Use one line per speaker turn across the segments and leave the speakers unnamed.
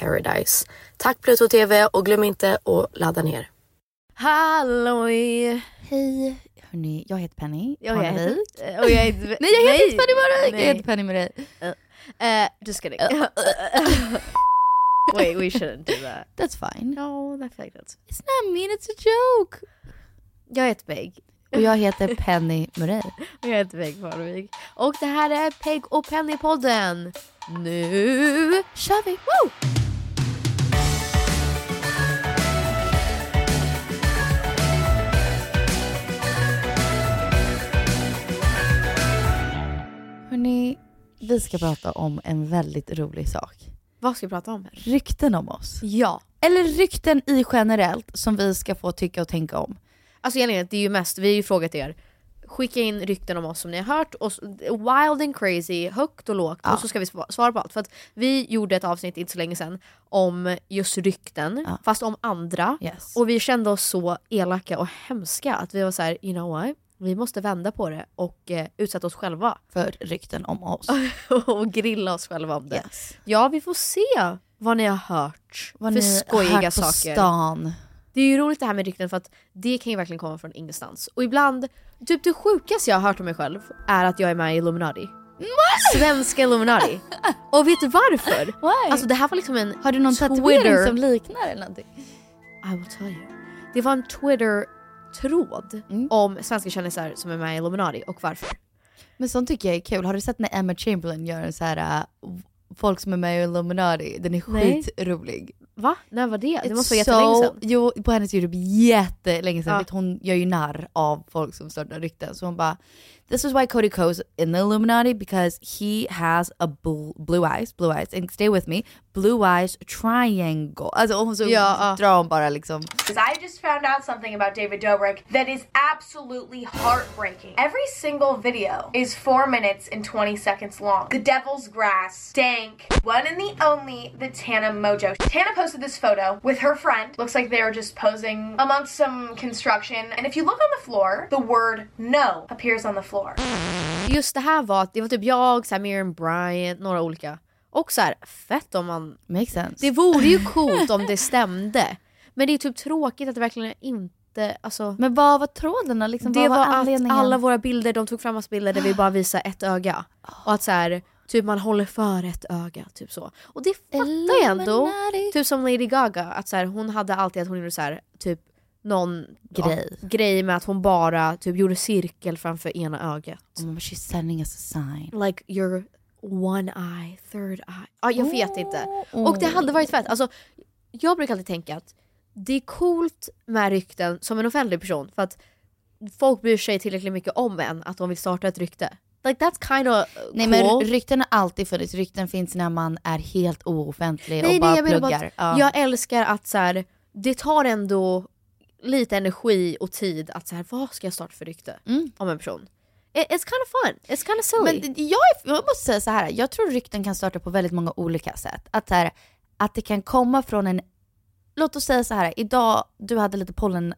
paradise. Tack Pluto TV och glöm inte att ladda ner.
Halloj!
Hej! Hörni, jag heter Penny
Jag
Parnevik.
heter, och jag heter,
Nej jag heter inte Penny Parnevik,
Nej.
jag heter Penny Murray.
Eh, du ska lägga. Wait, we shouldn't do that.
That's fine.
No, that felt good.
It's not mean, it's a joke.
Jag heter Peg.
Och jag heter Penny Murray.
Och jag heter Peg Parnevik. Och det här är Peg och Penny-podden. Nu kör vi! Woo!
Hörni, vi ska prata om en väldigt rolig sak.
Vad ska vi prata om?
Rykten om oss.
Ja.
Eller rykten i generellt som vi ska få tycka och tänka om.
Alltså egentligen, det är ju mest, vi har ju frågat er. Skicka in rykten om oss som ni har hört, och, s- wild and crazy, högt och lågt.
Ja.
Och så ska vi sva- svara på allt. För att vi gjorde ett avsnitt inte så länge sedan om just rykten,
Ja.
fast om andra.
Yes.
Och vi kände oss så elaka och hemska att vi var så här, you know what? Vi måste vända på det och eh, utsätta oss själva.
för rykten om oss.
och grilla oss själva om det.
Yes.
Ja, vi får se vad ni har hört
Vad
för
ni
skojiga
hört på
saker.
stan.
Det är ju roligt det här med rykten för att det kan ju verkligen komma från ingenstans. Och ibland, typ det sjukaste jag har hört om mig själv är att jag är med i Illuminati. Svenska Illuminati. Och vet du varför?
Why?
Alltså det här var liksom en
har du någon tatuering
Twitter-
som liknar eller någonting?
I will tell you. Det var en Twitter-tråd
Mm.
om svenska kändisar som är med i Illuminati och varför.
Men sånt tycker jag är kul. Har du sett när Emma Chamberlain gör en så här uh, folk som är med i Illuminati? Den är
Nej.
skitrolig.
Va? När var det? Det
It's
måste vara jättelänge
so-
sedan.
Jo, på hennes Youtube jättelänge sedan.
Ja.
Vet, hon gör ju narr av folk som startar rykten. Så hon bara, this is why Cody Coe's in the Illuminati because he has a bl- blue eyes, blue eyes, and stay with me, blue eyes triangle. Alltså och så
Ja, ja.
drar hon bara liksom.
I just found out something about David Dobrik that is absolutely heartbreaking. Every single video is 4 minutes and 20 seconds long. The Devil's Grass, Dank, One and the Only, The Tana Mojo. Tana posted this photo with her friend. Looks like they're just posing amongst some construction. And if you look on the floor, the word no appears on the floor.
Just det här var att det var typ jag, så här, Miriam Bryant, några olika. Och så här, fett om man...
Makes sense.
Det vore ju coolt om det stämde. Men det är typ tråkigt att det verkligen inte... Alltså,
Men vad var trådarna? Liksom,
det
vad
var,
var
att
anledningen?
alla våra bilder, de tog fram massa bilder där vi bara visar ett öga. Och att så här, typ man håller för ett öga. Typ så. Och det fattar jag ändå.
Illuminati.
Typ som Lady Gaga, att så här, hon hade alltid att hon gjorde så här, typ någon
Grej.
ja, grej med att hon bara typ gjorde cirkel framför ena ögat.
Mm, she's sending us a sign.
Like your one eye, third eye. Ja, jag vet inte. Och det hade varit fett. Alltså, jag brukar alltid tänka att det är coolt med rykten som en offentlig person för att folk bryr sig tillräckligt mycket om en att de vill starta ett rykte. Like that's kind of cool.
Nej men rykten har alltid funnits. Rykten finns när man är helt ooffentlig och bara
menar
pluggar.
att
ja.
jag älskar att så här, det tar ändå lite energi och tid att så här, vad ska jag starta för rykte om en person? It, it's kind of fun, it's kind of silly.
Mm. Men det- jag, är, jag måste säga så här. jag tror rykten kan starta på väldigt många olika sätt. Att, så här, att det kan komma från en, låt oss säga så här. idag du hade lite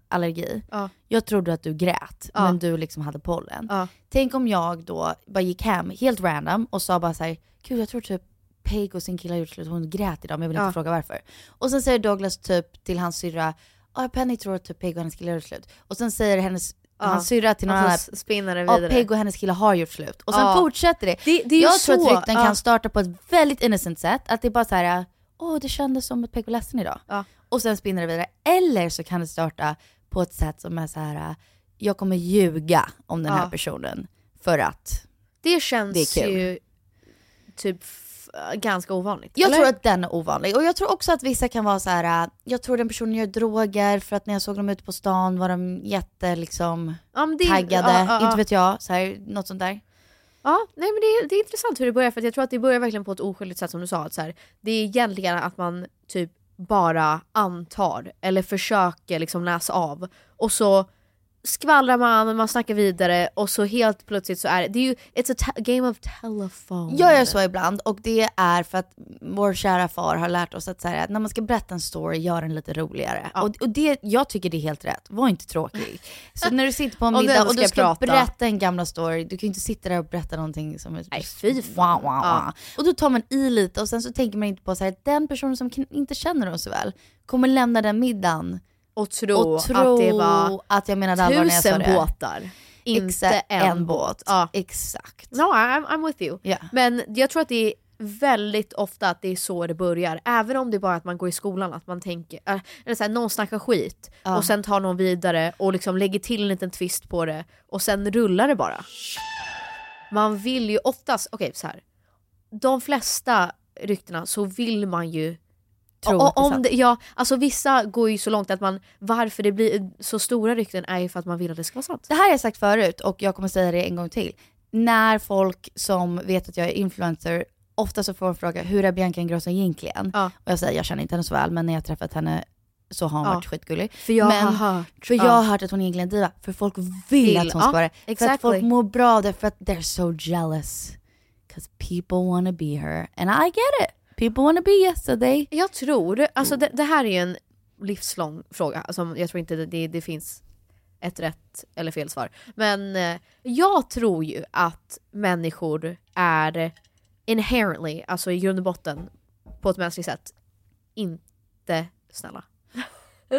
pollenallergi.
Ja.
Jag trodde att du grät,
Ja.
men du liksom hade pollen.
Ja.
Tänk om jag då bara gick hem helt random och sa bara så här, gud jag tror typ Peg och sin kille har gjort slut, hon grät idag men jag vill inte
Ja.
fråga varför. Och sen säger Douglas typ till hans syrra, ja Penny tror att typ Peg och hennes kille har gjort slut. Och sen säger hennes,
Ja.
hans syrra till någon annan,
s- spinna det
Ja,
vidare.
Peg och hennes kille har gjort slut. Och sen
Ja.
fortsätter det.
Det- det är ju
jag tror
så,
att rykten
ja.
kan starta på ett väldigt innocent sätt. Att det är bara så här, åh det kändes som att Peg var ledsen idag.
Ja.
Och sen spinner det vidare. Eller så kan det starta på ett sätt som är så här, jag kommer ljuga om den
Ja.
här personen. För att.
Det känns
Det är kul.
ju typ f- ganska ovanligt.
Jag
eller?
tror att den är ovanlig. Och jag tror också att vissa kan vara så här, jag tror den personen gör droger för att när jag såg dem ute på stan var de jätte liksom
ja, men det är-
taggade.
ja, ja, ja.
Inte vet jag, så här, något sånt där.
Ja, nej men det är, det är intressant hur det börjar för att jag tror att det börjar verkligen på ett oskyldigt sätt som du sa. Att så här, det är egentligen att man typ bara antar eller försöker liksom läsa av och så skvallrar man, man snackar vidare och så helt plötsligt så är det, det är ju, it's a te- game of telephone.
Jag gör så ibland och det är för att vår kära far har lärt oss att så här, när man ska berätta en story, gör den lite roligare. Och, och det, jag tycker det är helt rätt, var inte tråkig. Så när du sitter på en
Om du
middag
ändå
och du
ska
ska
prata.
berätta en gamla story, du kan ju inte sitta där och berätta någonting som är...
Nej, fy fan.
typ Wah, wah,
Ja.
wah. Och då tar man i lite och sen så tänker man inte på så här, den personen som kan- inte känner dem så väl kommer lämna den middagen
och tro,
och tro
att det var
att jag menade allvar när jag sa
tusen
det.
båtar. Inte
Exakt,
en,
en båt.
Ja.
Exakt.
No, I'm, I'm with you.
Ja.
Men jag tror att det är väldigt ofta att det är så det börjar. Även om det är bara att man går i skolan, att man tänker, äh, eller så här, någon snackar skit
Ja.
och sen tar någon vidare och liksom lägger till en liten twist på det och sen rullar det bara. Man vill ju oftast, okej så här. de flesta ryktena så vill man ju
Tro
O-
att det är
om
sant.
det, ja, alltså vissa går ju så långt att man, varför det blir så stora rykten är ju för att man vill att det ska vara sant.
Det här har jag sagt förut och jag kommer säga det en gång till. När folk som vet att jag är influencer, ofta så får de fråga hur är Bianca Ingrosso egentligen?
Ja.
Och jag säger jag känner inte henne så väl, men när jag träffat henne så har hon
Ja.
varit skitgullig.
För jag
men,
har hört.
För
ja.
jag har hört att hon egentligen är diva, för folk vill,
Vill,
att
ja,
hon ska vara det. För att folk
exactly.
mår bra av det, för att they're so jealous. Because people wanna be her, and I get it. People wanna be yes, so they...
Jag tror, alltså det, det här är ju en livslång fråga, alltså, jag tror inte det, det, det finns ett rätt eller fel svar. Men eh, jag tror ju att människor är inherently, alltså i grund och botten, på ett mänskligt sätt, inte snälla.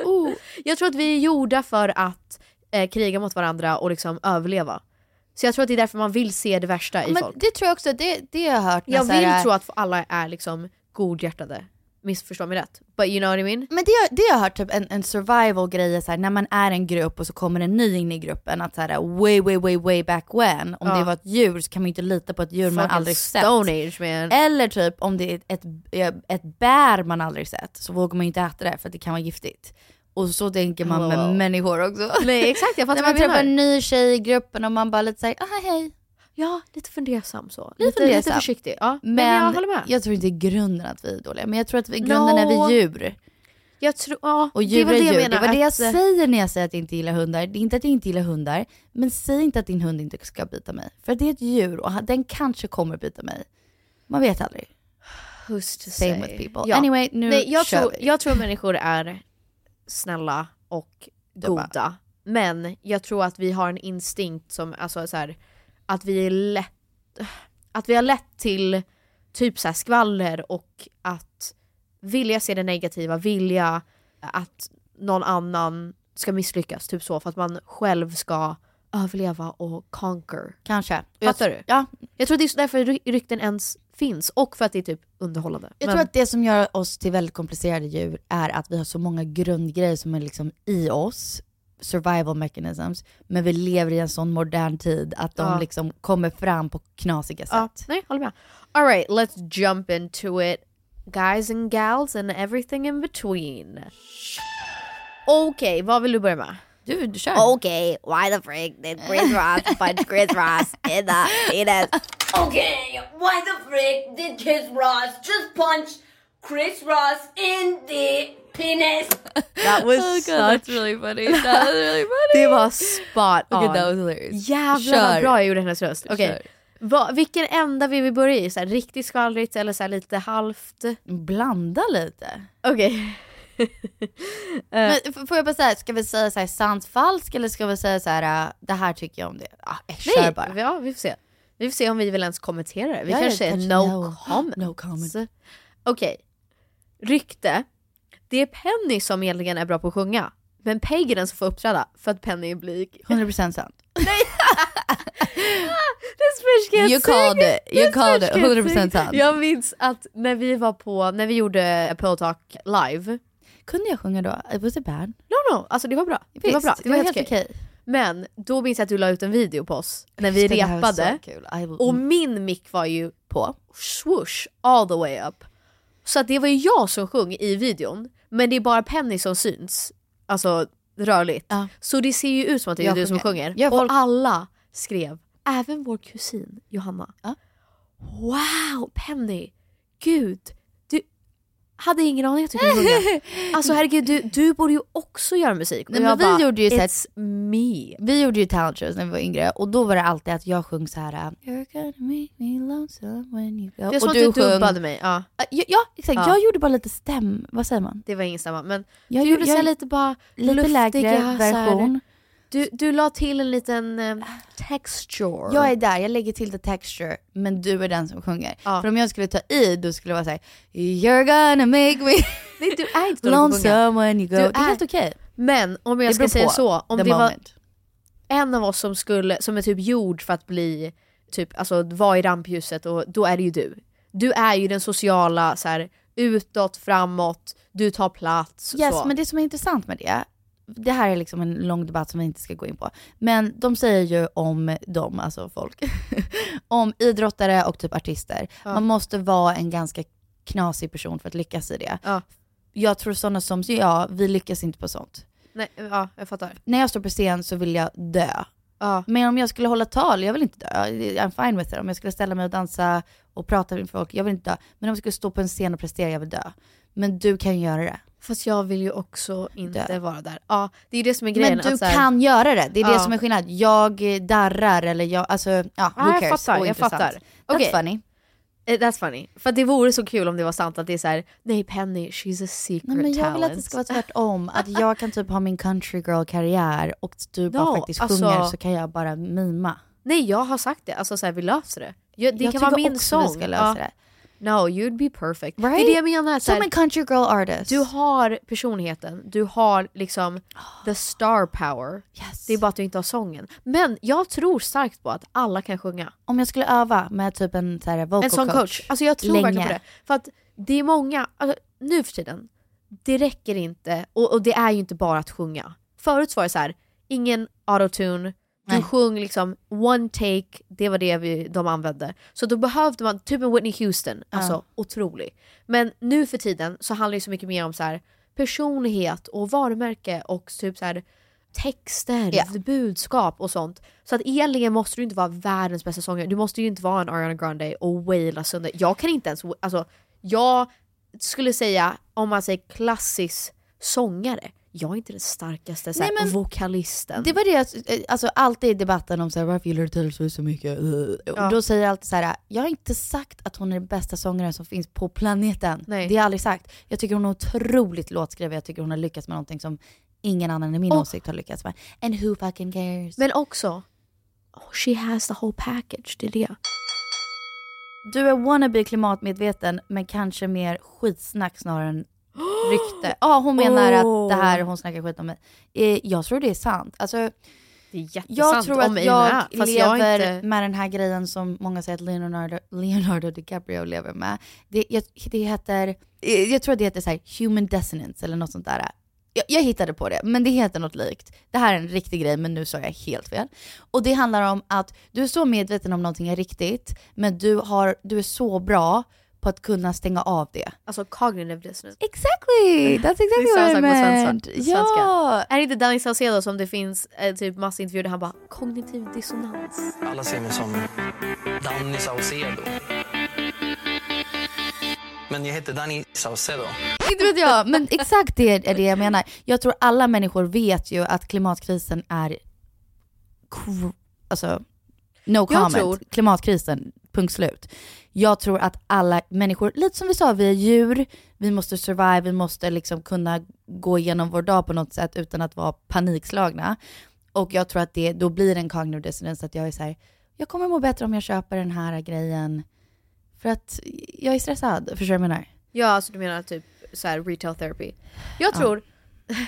Oh. Jag tror att vi är gjorda för att eh, kriga mot varandra och liksom överleva. Så jag tror att det är därför man vill se det värsta i
Men
folk.
det tror jag också, det, det har jag hört. när
Jag
så här-
vill tro att alla är liksom godhjärtade. Missförstå mig rätt. But you know what I mean?
Men det, det jag har hört, typ en, en survival grej är så här, när man är en grupp och så kommer en ny in i gruppen, att så här, way, way, way, way back when, om
Ja.
det var ett djur så kan man ju inte lita på ett djur man
Fucking
aldrig sett.
Stone Age man.
Eller typ om det är ett, ett, ett bär man aldrig sett så vågar man ju inte äta det för att det kan vara giftigt. Och så tänker man
Wow.
med människor också.
Nej exakt, jag
när
fattar
man
vad du
träffar en
menar.
ny tjej i gruppen och man bara lite såhär, ah hej.
Ja, lite fundersam så. Lite,
Lite
lite,
fundersam.
försiktig. Ja. Men,
Men,
jag håller med. Jag,
jag tror inte i grunden att vi är dåliga, men jag tror att vi, i grunden är
No.
vi djur.
tror, ja,
Och
det är
djur är,
väl det
djur.
jag menar.
det var det jag
att,
säger när jag säger att jag inte gillar hundar. Det är inte att jag inte gillar hundar, men säg inte att din hund inte ska bita mig. För det är ett djur och han- den kanske kommer bita mig. Man vet aldrig.
Who's to say?
same with people.
Ja.
Anyway, nu
Nej, jag,
kör
tror,
vi.
jag tror människor är snälla och goda. Men jag tror att vi har en instinkt som, alltså så här, att vi är lätt, att vi har lätt till typ så här skvaller och att vilja se det negativa, vilja att någon annan ska misslyckas, typ så, för att man själv ska överleva och conquer.
Kanske. Och
Fattar
jag,
du?
Ja,
Jag tror det är därför ry- rykten ens finns och för att det är typ underhållande.
Jag
Men-
tror att det som gör oss till väldigt komplicerade djur är att vi har så många grundgrejer som är liksom i oss, survival mechanisms, men vi lever i en sån modern tid att de
Ja.
liksom kommer fram på knasiga
Ja,
sätt.
nej, håller med. All right, let's jump into it. Guys and gals and everything in between. Okej, vad vill du börja med?
Du, du kör.
okay, why the frick did Chris Ross punch Chris Ross in the penis? Okay, why the frick did Chris Ross just punch Chris Ross in the penis?
That was
Oh, that's really funny. That was really funny.
Det var spot on.
Okay, that was hilarious.
Jävlar vad
Kör.
bra jag gjorde hennes röst. Okej,
Kör.
Va- vilken ända vill vi börja i? Så här, riktigt skvallrigt eller så här, lite halvt?
Blanda lite. Eh,
Okej.
Men f- får jag bara säga, ska vi säga så här sant falskt eller ska vi säga så här, äh, det här tycker jag om det. Ah, äh, kör
Nej,
bara.
ja, vi får se. Vi får se om vi vill ens kommentera det. Vi
Ja,
kanske
ja,
säger
kanske
no,
no.
comments.
No comment.
Okej. Rykte. Det är Penny som egentligen är bra på att sjunga. Men Peg är den som får uppträda för att Penny är blyg.
100% sant.
This bitch can't
You
sing.
called it. You
This
called
bitch can't
it. 100%
sing.
sant.
Jag minns att när vi var på, när vi gjorde Pillow Talk live.
Kunde jag sjunga då? Was it bad?
No no, alltså det var bra. det var bra.
Visst, det var helt okej.
Men då minns jag att du la ut en video på oss när vi
Just det, det här var så
repade.
kul. I will-
Och min mick var ju på swoosh all the way up. Så att det var ju jag som sjöng i videon, men det är bara Penny som syns. Alltså rörligt.
Ja.
Så det ser ju ut som att det är
Jag
du som
sjunger.
sjunger.
Ja, folk-
Och alla skrev, även vår kusin Johanna.
Ja.
Wow Penny, gud. du Hade ingen aning att du kunde sjunga. Alltså herregud, du, du borde ju också göra musik. Och
Nej, men
jag
vi
bara,
gjorde ju så här-
it's me.
Vi gjorde ju talent shows när vi var yngre och då var det alltid att jag sjöng så här. äh, You're gonna make me lonesome when you go.
Det är som
och
att du dubbade mig. Ja,
Ja, Ja, exakt.
Ja.
Jag gjorde bara lite stäm... Vad säger man?
det var ingen stämma. Men
Jag
du gjorde
jag-
så här lite bara
lite
luftiga,
lägre
så här-
version.
Du, du la till en liten eh, texture.
Jag är där, jag lägger till the texture, men du är den som sjunger.
Ja.
För om jag skulle ta i, då skulle det vara såhär, you're gonna make me
Nej, du är inte dålig på att sjunga.
lonesome when you go.
Du
det är
är-
helt okej.
Men om jag
Det beror
ska säga
på
så, om
the
det var
moment.
en av oss som, skulle, som är typ gjord för att bli, typ, alltså vara i rampljuset, och, då är det ju du. Du är ju den sociala, så här, utåt, framåt, du tar plats.
Yes,
så.
men det som är intressant med det, det här är liksom en lång debatt som vi inte ska gå in på, men de säger ju om dem, alltså folk, om idrottare och typ artister, man måste vara en ganska knasig person för att lyckas i det.
Ja.
Jag tror sådana som jag, vi lyckas inte på sånt.
Nej, ja, jag fattar.
När jag står på scen så vill jag dö.
Ja.
Men om jag skulle hålla tal, jag vill inte dö. I'm fine with it. Om jag skulle ställa mig och dansa och prata med folk, jag vill inte dö. Men om jag skulle stå på en scen och prestera, jag vill dö. Men du kan göra det.
Fast jag vill ju också inte
Dö.
vara där. Ja, det är ju det som är grejen.
men du
att så här-
kan göra det, det är det
Ja.
som är skillnad. Jag eh, darrar eller jag, alltså, ja,
Ah,
who
jag
cares?
fattar, jag
Ointressant.
fattar.
That's
Okej.
funny.
Eh, That's funny. För att det vore så kul om det var sant att det är så här: nej Penny, she's a secret
Nej, men jag
talent.
vill att det ska vara tvärtom, att jag kan typ ha min country girl-karriär och du bara
Ja,
faktiskt
alltså-
sjunger så kan jag bara mima.
Nej jag har sagt det, alltså så här, vi löser det. Jag, det
jag
kan
tycker
vara min
också
sång.
vi ska lösa
Ja.
det.
No, you'd be perfect. Det
Right?
är det jag menar. Så
Som
här,
en country girl artist.
du har personligheten, du har liksom the star power.
Yes.
Det är bara att du inte har sången. Men jag tror starkt på att alla kan sjunga.
Om jag skulle öva med typ en så här, vocal
En sån coach. Alltså jag tror verkligen på det. För att det är många, alltså, nu för tiden, det räcker inte. Och, och det är ju inte bara att sjunga. Förut var det så här, ingen autotune, du
Nej.
sjöng liksom one take, det var det vi, de använde. Så då behövde man, typ en Whitney Houston, alltså otrolig. Men nu för tiden så handlar det så mycket mer om så här personlighet och varumärke och typ så här texter,
Ja.
budskap och sånt. Så att egentligen måste du inte vara världens bästa sångare. Du måste ju inte vara en Ariana Grande och waila sönder. Jag kan inte ens, alltså jag skulle säga om man säger klassisk sångare. jag är inte den starkaste så här,
Nej, men-
vokalisten.
Det var det, jag- alltså alltid i debatten om så här, varför gillar du Taylor Swift så mycket? Eh, Och
Ja.
Då säger jag alltid så här, jag har inte sagt att hon är den bästa sångaren som finns på planeten.
Nej.
Det har jag aldrig sagt. Jag tycker hon är otroligt låtskrivare, jag tycker hon har lyckats med någonting som ingen annan i min
Och-
åsikt har lyckats med. And who fucking cares?
Men också, oh, she has the whole package, det är det.
Du är wannabe klimatmedveten men kanske mer skitsnack snarare än rykte. Ja, hon menar
Åh.
att det här hon snackar skit om mig. Eh, Jag tror det är sant. Alltså,
Det är jättesant
jag tror
om
att
mig
jag
med, fast jag
lever
är inte...
med den här grejen som många säger att Leonardo, Leonardo DiCaprio lever med. Det, jag, det heter, eh, jag tror att det heter så här, human dissonance eller något sånt där. Jag, jag hittade på det, men det heter något likt. Det här är en riktig grej, men nu sa jag helt fel. Och det handlar om att du är så medveten om någonting är riktigt, men du, har, du är så bra på att kunna stänga av det.
Alltså cognitive dissonance.
Exactly! That's exactly
samma
what I
sak på svenska.
meant.
Svenska.
Ja,
Är det inte Danny Saucedo som det finns eh, typ massa intervjuer där han bara kognitiv dissonans?
Alla ser mig som Danny Saucedo. Men jag heter Danny Saucedo.
Inte vet jag, men exakt det är det jag menar. Jag tror alla människor vet ju att klimatkrisen är... kr- Alltså, no comment.
tror-
Klimatkrisen, punkt slut. Jag tror att alla människor, lite som vi sa, vi är djur, vi måste survive, vi måste liksom kunna gå igenom vår dag på något sätt utan att vara panikslagna. Och jag tror att det, då blir en cognitive dissonance att jag är så här, jag kommer må bättre om jag köper den här grejen för att jag är stressad. Förstår du vad jag menar?
Ja, alltså du menar typ så här retail therapy. Jag tror...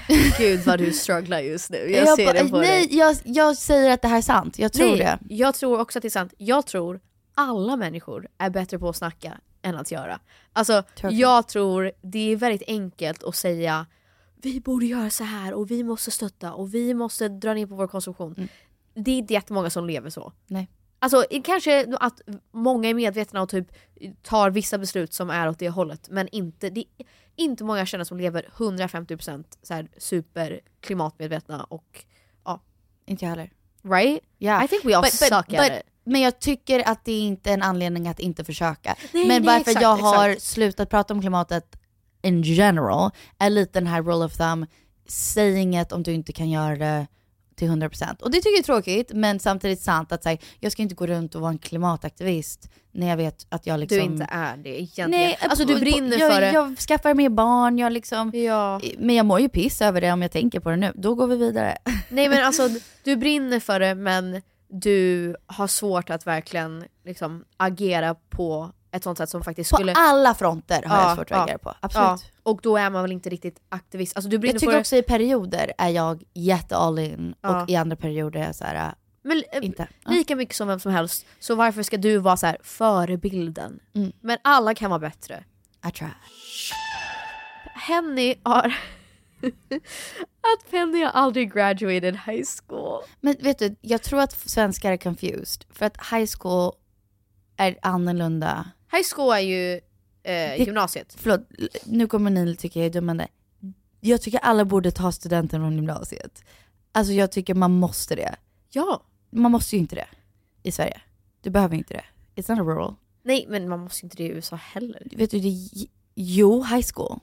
Gud vad du strugglar just nu, jag, ser
ba-
det på dig.
nej, jag, jag säger att det här är sant. Jag tror
Nej,
det.
Jag tror också att det är sant. Jag tror alla människor är bättre på att snacka än att göra. Alltså,
Tror jag.
jag tror det är väldigt enkelt att säga vi borde göra så här och vi måste stötta och vi måste dra ner på vår konsumtion. Det är inte jättemånga som lever så.
Nej.
Alltså i- kanske att många är medvetna och typ tar vissa beslut som är åt det hållet men inte, det är inte många jag känner som lever 150% så här super klimatmedvetna och
Inte jag heller.
right?
Yeah.
I think we all suck at it.
Men jag tycker att det är inte en anledning att inte försöka.
Nej,
men
nej,
varför
exakt,
jag har
exakt.
slutat prata om klimatet in general är lite den här rule of thumb, säg inget om du inte kan göra det till 100%. Och det tycker jag är tråkigt men samtidigt sant att så här, jag ska inte gå runt och vara en klimataktivist när jag vet att jag liksom...
Du inte är det egentligen.
Nej,
alltså du
på- på-
brinner
jag,
för det.
Jag skaffar mer barn, jag liksom...
ja.
Men jag mår ju piss över det om jag tänker på det nu. Då går vi vidare.
Nej men alltså du brinner för det men du har svårt att verkligen liksom, agera på ett sånt sätt som faktiskt
På
skulle...
alla fronter har
Ja,
jag svårt att
ja,
agera på. Absolut.
Ja, och då är man väl inte riktigt aktivist. Alltså du brinner
Jag
för
tycker
det.
också i perioder är jag jätte all in
Ja.
och i andra perioder är jag så här,
men, eh,
äh, inte. Ja.
Lika mycket som vem som helst, så varför ska du vara så här förebilden?
Mm.
Men alla kan vara bättre.
"Ah, I try.
Henny har... att Penny har aldrig graduated high school.
Men vet du, jag tror att svenskar är confused. För att high school är annorlunda.
High school är ju eh, gymnasiet.
Förlåt, l- nu kommer ni tycka jag är dummande. Jag tycker alla borde ta studenten från gymnasiet. Alltså jag tycker man måste det.
Ja.
Man måste ju inte det i Sverige. Du behöver ju inte det. It's not a rule.
Nej men man måste inte det i USA heller.
Vet du, det är, jo, high school.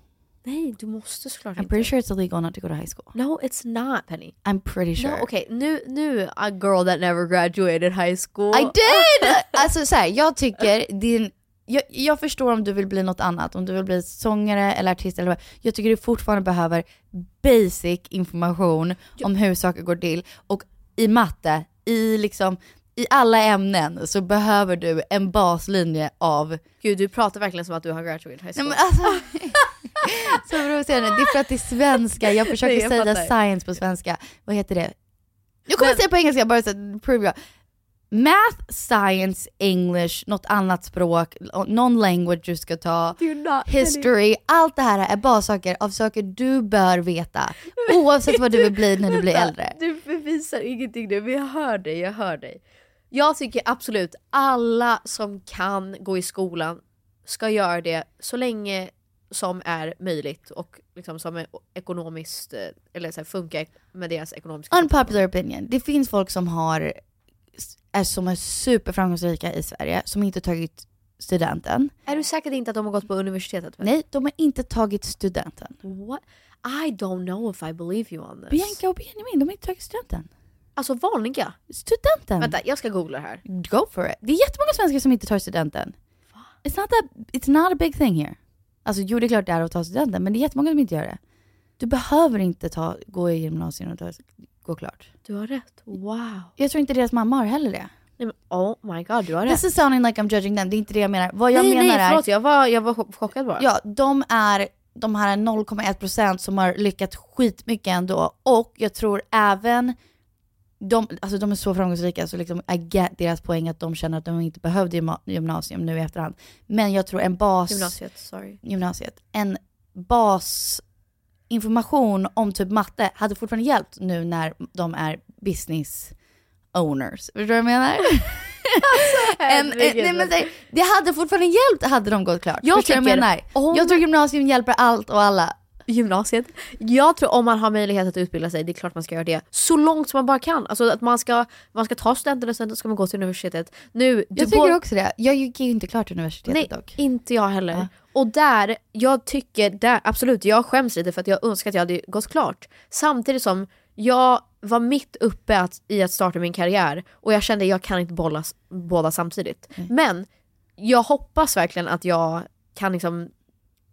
Nej du måste såklart
I'm
inte.
pretty sure it's illegal not to go to high school.
No it's not Penny.
I'm pretty sure.
No okej nu, nu a girl that never graduated high school.
I did! alltså så här, jag tycker din... Jag, jag förstår om du vill bli något annat, om du vill bli sångare eller artist eller vad. Jag tycker du fortfarande behöver basic information om hur saker går till. Och i matte, i liksom, i alla ämnen så behöver du en baslinje av
Gud du pratar verkligen som att du har graduated high
Nej
school.
men alltså, så provocerande. Det är för att det är svenska, jag försöker
Nej, jag
säga
fattar.
science på svenska. Vad heter det? Jag kommer
Men-
att säga på engelska bara så att prove jag. Math, science, English, något annat språk, någon language du ska ta, history, allt det här är bara saker av saker du bör veta. Oavsett vad du vill bli när du blir
Vänta,
äldre.
Du bevisar ingenting nu men jag hör dig, jag hör dig. Jag tycker absolut alla som kan gå i skolan ska göra det så länge som är möjligt och liksom som är ekonomiskt, eh, eller så här, funkar med deras ekonomiska
Unpopular opinion. Det finns folk som har, är, som är superframgångsrika i Sverige som inte tagit studenten.
Är du säker inte att de har gått på universitetet?
Nej, de har inte tagit studenten.
What? I don't know if I believe you on this.
Bianca och Benjamin, de har inte tagit studenten.
Alltså vanliga?
Studenten!
Vänta, jag ska googla här.
Go for it. Det är jättemånga svenskar som inte tar studenten. It's not, that, it's not a big thing here. Alltså jo, det är klart det är att ta studenten, men det är jättemånga som inte gör det. Du behöver inte ta, gå i gymnasiet och ta, gå klart.
Du har rätt. Wow.
Jag tror inte deras mamma har heller det.
Nej, men, oh my god, du har rätt.
This is sounding like I'm judging them, det är inte det jag menar. Vad jag
nej,
menar
nej,
är...
förlåt. Jag var, jag var chock- chockad bara.
Ja, de är de här 0,1% som har lyckats skitmycket ändå och jag tror även de, alltså de är så framgångsrika så liksom I get deras poäng att de känner att de inte behövde gymna- gymnasium nu i efterhand. Men jag tror en bas...
Gymnasiet, sorry.
gymnasiet. En basinformation om typ matte hade fortfarande hjälpt nu när de är business owners. Förstår du vad jag menar?
eh,
en, en, nej, men, det- det hade fortfarande hjälpt hade de gått klart.
Jag
Förstår du vad jag Oh
tycker
menar?
om-
Jag tror gymnasium hjälper allt och alla.
Gymnasiet. Jag tror om man har möjlighet att utbilda sig, det är klart man ska göra det. Så långt som man bara kan. Alltså att man ska, man ska ta studenten och sen ska man gå till universitetet. Nu,
Jag tycker också det. Jag gick ju inte klart universitetet
Nej,
dock.
inte jag heller. Och där, jag tycker, där, absolut jag skäms lite för att jag önskar att jag hade gått klart. Samtidigt som jag var mitt uppe att, i att starta min karriär och jag kände jag kan inte bolla s- båda samtidigt. Men jag hoppas verkligen att jag kan liksom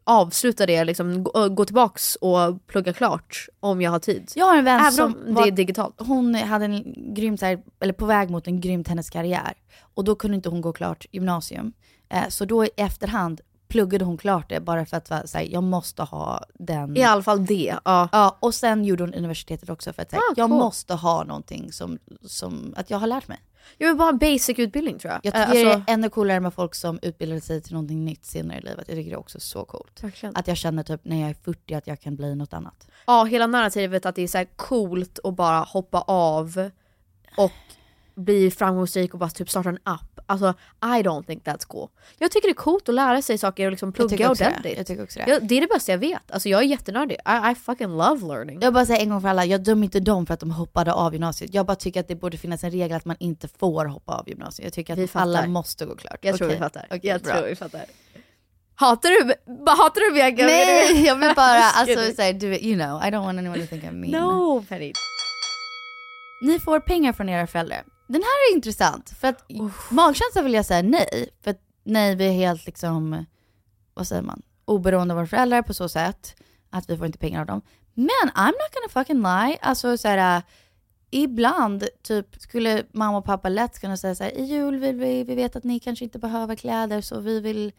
avsluta det, liksom, gå, gå tillbaks och plugga klart om jag har tid.
Jag har en vän
Även
som
om
var-
det är digitalt.
Hon hade en grym, så här, eller på väg mot en grym tenniskarriär. Och då kunde inte hon gå klart gymnasium. Eh, så då i efterhand pluggade hon klart det bara för att va, så här, jag måste ha den.
I alla fall det. Ja.
Mm. Ja, och sen gjorde hon universitetet också för att så här,
Ah,
jag
cool.
måste ha någonting som, som att jag har lärt mig.
Jag vill bara ha en basic utbildning tror jag.
Jag
Eh,
tycker
alltså-
det är ännu coolare med folk som utbildar sig till någonting nytt senare i livet. Jag tycker det är också så coolt.
Verkligen.
Att jag känner typ när jag är 40 att jag kan bli något annat.
Ja, hela narrativet att det är så här coolt att bara hoppa av och bli framgångsrik och bara typ starta en app. Alltså I don't think that's cool. Jag tycker det är coolt att lära sig saker och liksom
tycker
plugga
också det.
ordentligt.
Jag tycker också det.
Ja, det är det bästa jag vet. Alltså jag är jättenördig. I, I fucking love learning.
Jag bara säger en gång för alla, jag dömer inte dem för att de hoppade av gymnasiet. Jag bara tycker att det borde finnas en regel att man inte får hoppa av gymnasiet. Jag tycker
Vi
att
fattar.
alla måste gå klart.
Jag tror
Okej.
vi fattar.
Okej,
jag
bra.
tror vi fattar. Hatar du, bara hatar du Bianca?
Nej, jag vill bara, alltså
Just
så här, du, vet, you know, I don't want anyone to think I'm mean.
No Penny.
Ni får pengar från era föräldrar. Den här är intressant, för att magkänslan vill jag säga nej. För att nej, vi är helt liksom, vad säger man, oberoende av våra föräldrar på så sätt att vi får inte pengar av dem. Men I'm not gonna fucking lie, alltså så här, äh, ibland typ skulle mamma och pappa lätt kunna säga så här, i jul vill vi, vi vet att ni kanske inte behöver kläder så vi vill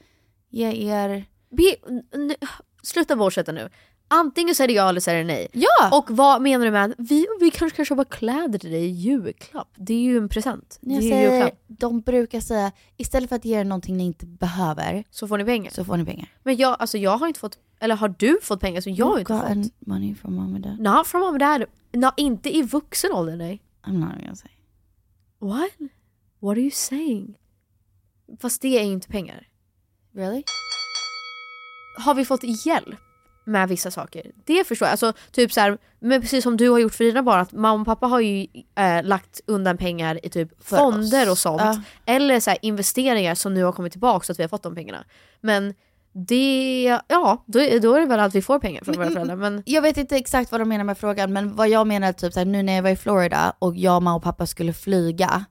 ge er
Be, n- n- sluta bullshitta nu. Antingen säger jag eller säger nej.
Ja!
Och vad menar du med att vi, vi kanske kan köpa kläder till dig i julklapp? Det är ju en present.
När jag
det är ju
säger,
julklapp.
de brukar säga, istället för att ge er någonting ni inte behöver,
Så får ni pengar.
så får ni pengar.
Men jag, alltså, jag har inte fått, eller har du fått pengar som jag har inte fått?
gotten money from mom and dad.
Not from mom and dad. Not, inte i vuxen ålder nej.
I'm not gonna say.
What? What are you saying? Fast det är ju inte pengar.
Really?
Har vi fått hjälp med vissa saker? Det förstår jag. Alltså, typ så här, men precis som du har gjort för dina barn, att mamma och pappa har ju eh, lagt undan pengar i typ
För
fonder
oss.
och sånt.
Ja.
Eller så här, investeringar som nu har kommit tillbaka så att vi har fått de pengarna. Men det, ja, då, är- då är det väl att vi får pengar från våra föräldrar. Men
Jag vet inte exakt vad de menar med frågan, men vad jag menar är typ såhär, nu när jag var i Florida och jag, mamma och pappa skulle flyga,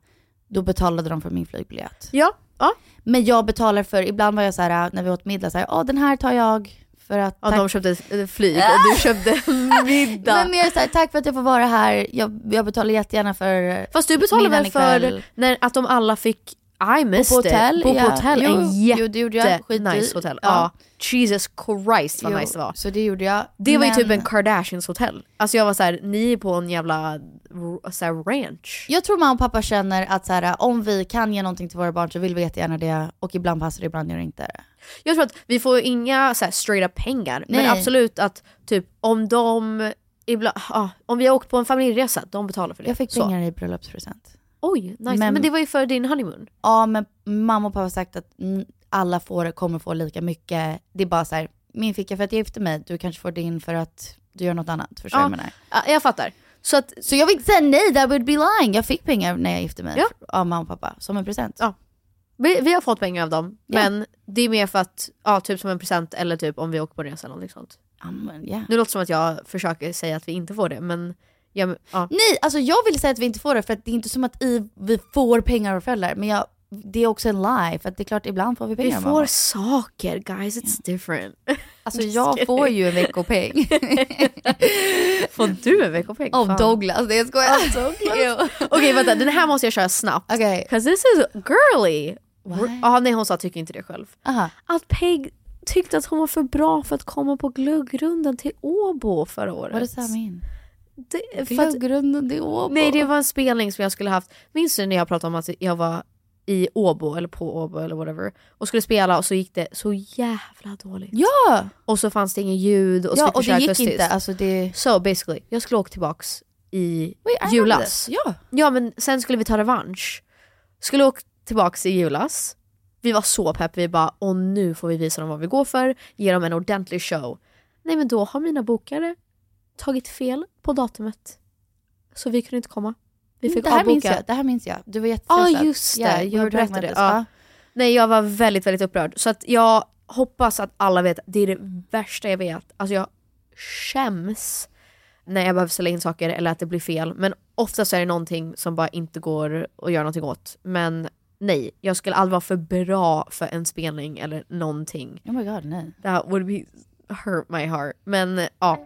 då betalade de för min flygbiljett.
ja, ja.
Men jag betalar för, ibland var jag så här äh, när vi åt middag, så här, åh den här tar jag för att...
ja
tack-
de köpte eh, flyg och du köpte middag.
men mer såhär, tack för att jag får vara här, jag, jag betalar jättegärna för
Fast du betalade
middagen
väl
ikväll."
för när, att de alla fick I missed
Bo på hotell,
it. Bo
ja.
på hotell.
Jo,
en
jo, det gjorde jag. Skitdyrt.
nice hotell.
Ja.
Ja. Jesus Christ vad
Jo,
nice det var.
Så det gjorde jag.
Det var ju typ
Men-
en Kardashians hotell. Alltså jag var såhär, ni är på en jävla r- så här, ranch.
Jag tror mamma och pappa känner att så här, om vi kan ge någonting till våra barn så vill vi jättegärna det och ibland passar det, ibland gör det inte.
Jag tror att vi får inga så här, straight up pengar.
Nej.
Men absolut att typ om de, ibland, ah, om vi har åkt på en familjeresa, de betalar för det.
Jag fick
Så.
pengar i bröllopspresent.
Oj, nice.
Men-
Men, det var ju för din honeymoon.
Ja men mamma och pappa har sagt att mm, alla får, kommer få lika mycket. Det är bara så här, min fick jag för att jag gifte mig, du kanske får din för att du gör något annat. Förstår du vad jag menar?
Ja, jag fattar. Så att,
Så jag vill inte säga nej, that would be lying. Jag fick pengar när jag gifte mig
Ja.
av mamma och pappa som en present.
Ja. Vi, vi har fått pengar av dem, men det är mer för att, ja, typ som en present eller typ om vi åker på en resa eller något sånt.
ja.
Nu låter det som att jag försöker säga att vi inte får det, men... Jag, ja.
Nej, alltså jag vill säga att vi inte får det för att det är inte som att i, vi får pengar av föräldrar. Men jag, det är också en lie för att det är klart ibland får vi pengar
Vi
av
får
mamma.
saker guys, it's different.
Alltså jag får ju en veckopeng.
får du en veckopeng?
Av
Fan.
Douglas, nej jag skojar.
Okej vänta, den här måste jag köra snabbt.
Okej.
Cause this is girly. Ah, nej hon sa tycker inte det själv.
Aha.
Att Peg tyckte att hon var för bra för att komma på glöggrundan till Åbo förra året.
What does that mean?
Det, för att,
Glöggrunden till Åbo.
nej det var en spelning som jag skulle haft. Minns du när jag pratade om att jag var i Åbo eller på Åbo eller whatever och skulle spela och så gick det så jävla dåligt.
Ja!
Och så fanns det ingen ljud och så
ja
fick vi
och
köra
det gick
akustiskt.
inte. Alltså det...
So basically, jag skulle åka tillbaks i
Wait, I remember
julas.
this. Ja.
Ja men sen skulle vi ta revansch. Skulle åka tillbaks i julas. Vi var så pepp, vi bara och nu får vi visa dem vad vi går för, ge dem en ordentlig show. Nej men då har mina bokare tagit fel på datumet. Så vi kunde inte komma. Vi fick
Mm, det här minns
avboka.
jag, det här minns jag. Du var
Ja
jättestressad.
just det,
Ja,
jag
var
berättade
pragmatisk.
det. Ah. Ja. Nej jag var väldigt väldigt upprörd. Så att jag hoppas att alla vet, det är det värsta jag vet. Alltså jag skäms när jag behöver ställa in saker eller att det blir fel. Men oftast är det någonting som bara inte går att göra någonting åt. Men nej, jag skulle aldrig vara för bra för en spelning eller någonting.
Oh my god, nej.
That would be hurt my heart. Men ja,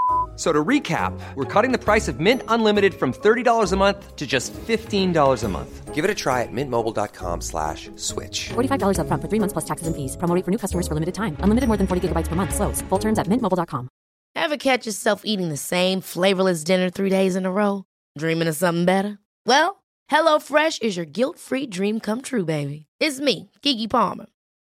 So to recap, we're cutting the price of Mint Unlimited from $30 a month to just $15 a month. Give it a try at mintmobile.com slash switch.
$45 up front for three months plus taxes and fees. Promo rate for new customers for limited time. Unlimited more than 40 gigabytes per month. Slows. Full terms at mintmobile.com.
Ever catch yourself eating the same flavorless dinner three days in a row? Dreaming of something better? Well, HelloFresh is your guilt free dream come true, baby. It's me, Gigi Palmer.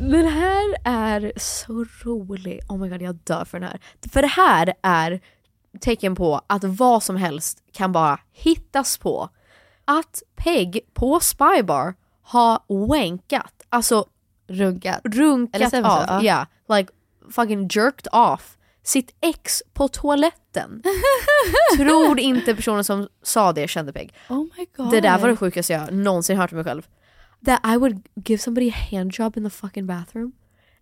Den här är så rolig. Oh my god, jag dör för den här. För det här är tecken på att vad som helst kan bara hittas på. Att Peg på Spybar har wankat, alltså runkat,
Eller
runkat
säger man så?
av, ja.
Ja.
like fucking jerked off sitt ex på toaletten. Tror inte personen som sa det kände Peg.
Oh my god.
Det där var det sjukaste jag någonsin hört om mig själv. that I would give somebody a hand job in the fucking bathroom?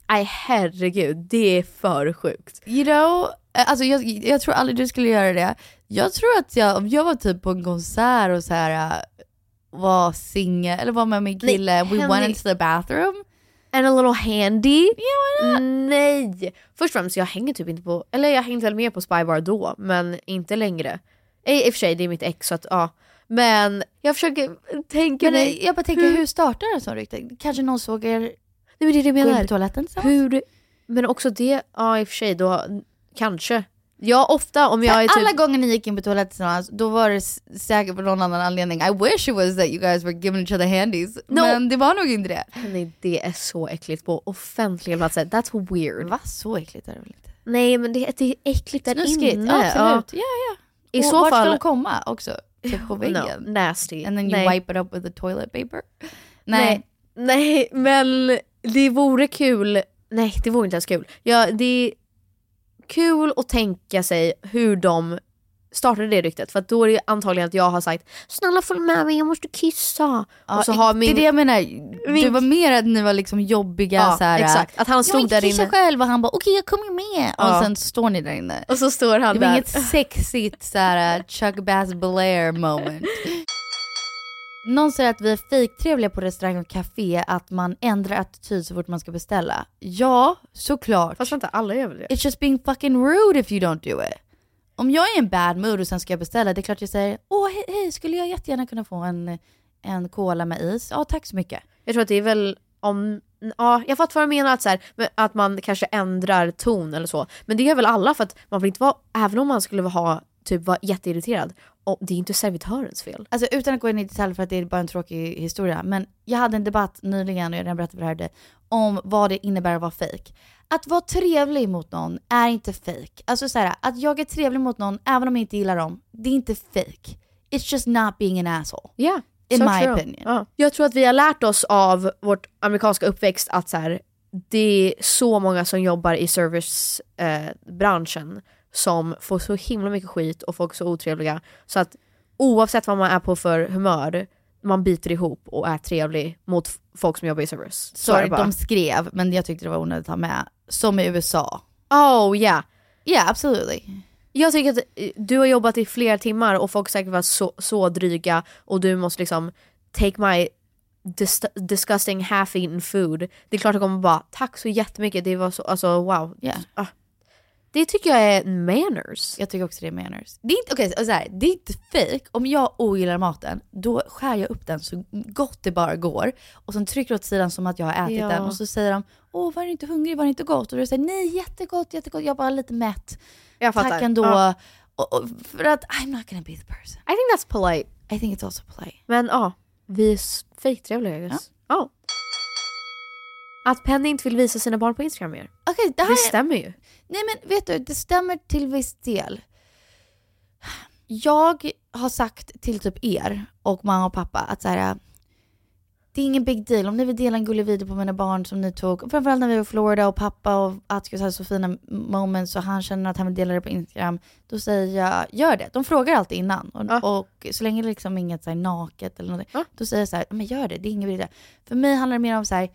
Nej herregud, det är för sjukt.
You know, eh, alltså jag, jag tror aldrig du skulle göra det. Jag tror att jag, om jag var typ på en konsert och så här eh, var singel, eller var med min
Nej,
kille, we went
Henrik.
into the bathroom.
And a little handy. Nej! Först och främst, jag hänger typ inte på, eller jag hängde väl med på Spybar då, men inte längre. Eh, I i och för sig, det är mitt ex så att ja. Men jag försöker tänka
Men
mig...
eh, jag bara tänker, hur startar en sån rykte? Kanske någon såg er Nej,
men det är det jag
gå in
menar.
på toaletten tillsammans?
Hur, men också det, ja i och för sig då, kanske. Ja ofta om jag är typ...
Alla gånger ni gick in på toaletten tillsammans, då var det s- säkert på någon annan anledning. I wish it was that you guys were giving each other handies. Men det var nog inte det.
Nej det är så äckligt på offentliga platser, that's weird.
Va? Så äckligt är det väl inte?
Nej men det, det är äckligt där
Snuskigt,
inne.
absolut.
Ja.
Ja, ja.
I
och
så
vart
fall-
ska de komma också? Typ på
No,
väggen?
nasty.
And then you
Nej.
wipe it up with the toilet paper? Nej.
Nej. Nej men det vore kul, nej det vore inte ens kul. Ja, det är kul att tänka sig hur de startade det ryktet för att då är det antagligen att jag har sagt snälla följ med mig jag måste kissa. och så
Ja,
har
det
min...
är det jag menar.
min-
Det var mer att ni var liksom jobbiga
Ja,
så här,
exakt. Att han
"Ja,
stod
men
där
kissa
inne."
själv och han bara okej jag kommer med.
Ja.
Och sen står ni där inne.
Och så står han
det var
där.
inget sexigt så här, äh, Chuck Bass Blair moment. Någon säger att vi är fejktrevliga på restaurang och café, att man ändrar attityd så fort man ska beställa. Ja, såklart.
Fast vänta alla gör väl det?
It's just being fucking rude if you don't do it. Om jag är i en bad mood och sen ska jag beställa, det är klart jag säger åh hej, hej skulle jag jättegärna kunna få en, en cola med is? Ja tack så mycket.
Jag tror att det är väl om, ja jag fattar vad du menar att, så här, men att man kanske ändrar ton eller så. Men det gör väl alla för att man vill inte vara, även om man skulle ha, typ vara jätteirriterad, och det är inte servitörens fel.
Alltså utan att gå in i detalj för att det är bara en tråkig historia, men jag hade en debatt nyligen, och jag redan berättade för det här dig, om vad det innebär att vara fejk. Att vara trevlig mot någon är inte fejk. Alltså så här, att jag är trevlig mot någon även om jag inte gillar dem, det är inte fejk. It's just not being an asshole.
Yeah,
In
so
my
true.
opinion.
Ja. Jag tror att vi har lärt oss av vårt amerikanska uppväxt att så här, det är så många som jobbar i servicebranschen eh, branschen som får så himla mycket skit och folk är så otrevliga. Så att oavsett vad man är på för humör, man biter ihop och är trevlig mot f- folk som jobbar i service. Så är
Sorry,
det bara.
de skrev, men jag tyckte det var onödigt att ha med. Som i USA.
Oh yeah.
Yeah, absolutely.
Jag tycker att eh, du har jobbat i flera timmar och folk säkert var så, så dryga och du måste liksom take my dis- disgusting half in food. Det är klart att de kommer bara tack så jättemycket, det var så, alltså wow.
Yeah.
Ah. Det tycker jag är manners.
Jag tycker också det är manners. Det är inte, okay, så här, det är inte fake. Om jag ogillar maten, då skär jag upp den så gott det bara går. Och sen trycker jag åt sidan som att jag har ätit
Ja.
den. Och så säger de, åh var det inte hungrig, var det inte gott? Och då säger jag, nej jättegott, jättegott, jag var lite mätt.
Jag fattar.
Tack ändå.
Ja.
Och, och, för att I'm not gonna be the person.
I think that's polite.
I think it's also polite.
Men ja, vi är s- fejktrevliga ja. ja. Att Penny inte vill visa sina barn på Instagram mer.
Okej, det här
Det
är-
stämmer ju.
Nej men vet du, det stämmer till viss del. Jag har sagt till typ er och mamma och pappa att så här, det är ingen big deal om ni vill dela en gullig video på mina barn som ni tog. Framförallt när vi var i Florida och pappa och Atticus hade så fina moments och han känner att han vill dela det på Instagram. Då säger jag, gör det. De frågar alltid innan. Och, och så länge det liksom inget så här naket eller någonting. Då säger jag så här, men gör det, det är ingen big deal. För mig handlar det mer om så här,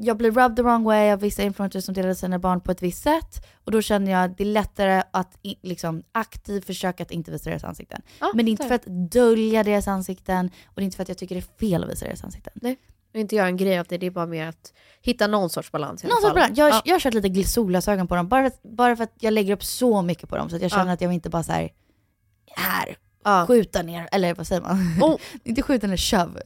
jag blir rubbed the wrong way av vissa influencers som delar sina barn på ett visst sätt. Och då känner jag att det är lättare att i, liksom, aktivt försöka att inte visa deras ansikten.
Ja,
Men det är inte
där.
för att dölja deras ansikten och det är inte för att jag tycker det är fel att visa deras ansikten.
Nej. Och inte göra en grej av det, det är bara mer att hitta någon sorts balans i alla
Någon sorts
fall.
balans. Jag,
Ja.
jag har kört lite gl- solglasögon på dem, bara, bara för att jag lägger upp så mycket på dem så att jag känner
Ja.
att jag inte bara så här, här, skjuta ner, eller vad säger man? inte skjuta ner, köv.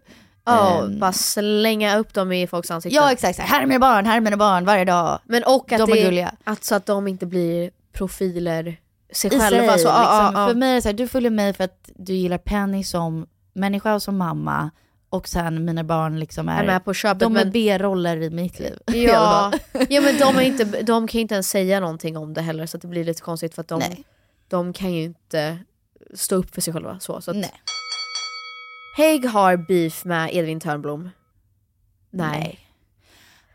Ja,
Ehm.
bara slänga upp dem i folks ansikten.
Ja exakt, så här, här är mina barn, här är mina barn varje dag.
Men och att,
de
det,
är gulliga.
att så att de inte blir profiler sig
i
själva.
sig.
så, ja, ja,
liksom.
ja.
För mig är det så här, du följer mig för att du gillar Penny som människa och som mamma. Och sen mina barn liksom är,
Är med på köpet,
de är
men-
B-roller i mitt liv. i alla
Ja.
fall.
ja men de, är inte, de kan ju inte ens säga någonting om det heller så att det blir lite konstigt för att de,
Nej.
de kan ju inte stå upp för sig själva. Så, så att,
Nej.
Haig har beef med Edvin Törnblom. Nej.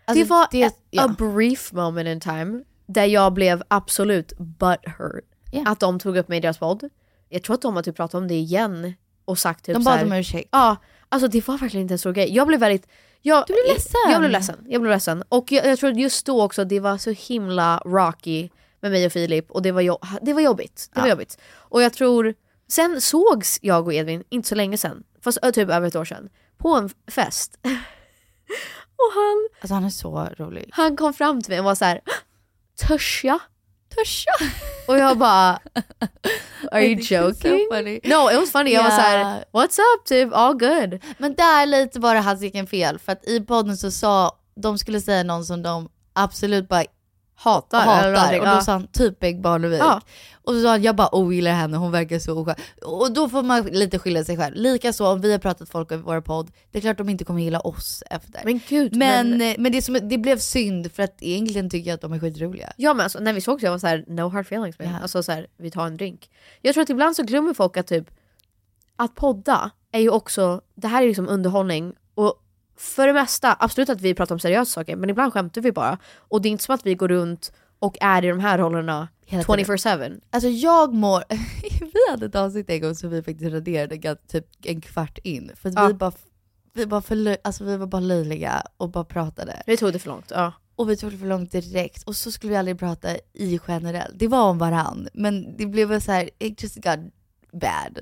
Alltså,
det var
det-
a,
ja.
a brief moment in time där jag blev absolut butthurt.
Ja.
Att de tog upp mig i deras podd. Jag tror att de har typ pratat om det igen och sagt typ
De
så
bad
här-
om ursäkt.
Ja, Alltså det var verkligen inte en stor grej. Jag blev väldigt... Jag, du blev ledsen? Jag blev ledsen. Jag blev ledsen. Och jag, jag tror att just då också det var så himla rocky med mig och Filip och det var, jo, det var jobbigt. Det var
Ja.
jobbigt. Och jag tror... Sen sågs jag och Edvin, inte så länge sen, fast ö, typ över ett år sedan, på en fest. och han,
Alltså han är så rolig.
han kom fram till mig och var så här: törs jag? Törs jag? Och jag bara, are you joking? No, it was funny. Jag var så här, what's up typ, all good.
Men där lite var det hans egen fel, för att i podden så sa, de skulle säga någon som de absolut bara
hatar. eller
hatar.
någonting,
Och
ja.
då sa han typ Bengt Barnevik.
Ja.
Och så sa han, jag bara ogillar henne, hon verkar så oskön. Och då får man lite skylla sig själv. Likaså om vi har pratat folk över vår podd, det är klart de inte kommer gilla oss efter.
Men gud.
Men,
men-
eh, men det, är som, det blev synd för att egentligen tycker jag att de är skitroliga.
Ja men alltså, när vi såg så jag var så här: no hard feelings man. Alltså så här, vi tar en drink. Jag tror att ibland så glömmer folk att typ, att podda är ju också, det här är ju som underhållning och för det mesta, absolut att vi pratar om seriösa saker men ibland skämtar vi bara. Och det är inte som att vi går runt och är i de här rollerna
Hela tiden.
24-7.
Alltså jag mår, vi hade ett avsnitt en gång som vi faktiskt raderade gans- typ en kvart in. För att
Ja.
vi, bara, vi, bara förlö- alltså vi var bara löjliga och bara pratade.
Vi tog det för långt, ja.
Och vi tog det för långt direkt. Och så skulle vi aldrig prata i generellt. Det var om varann. Men det blev väl så här, it just got bad.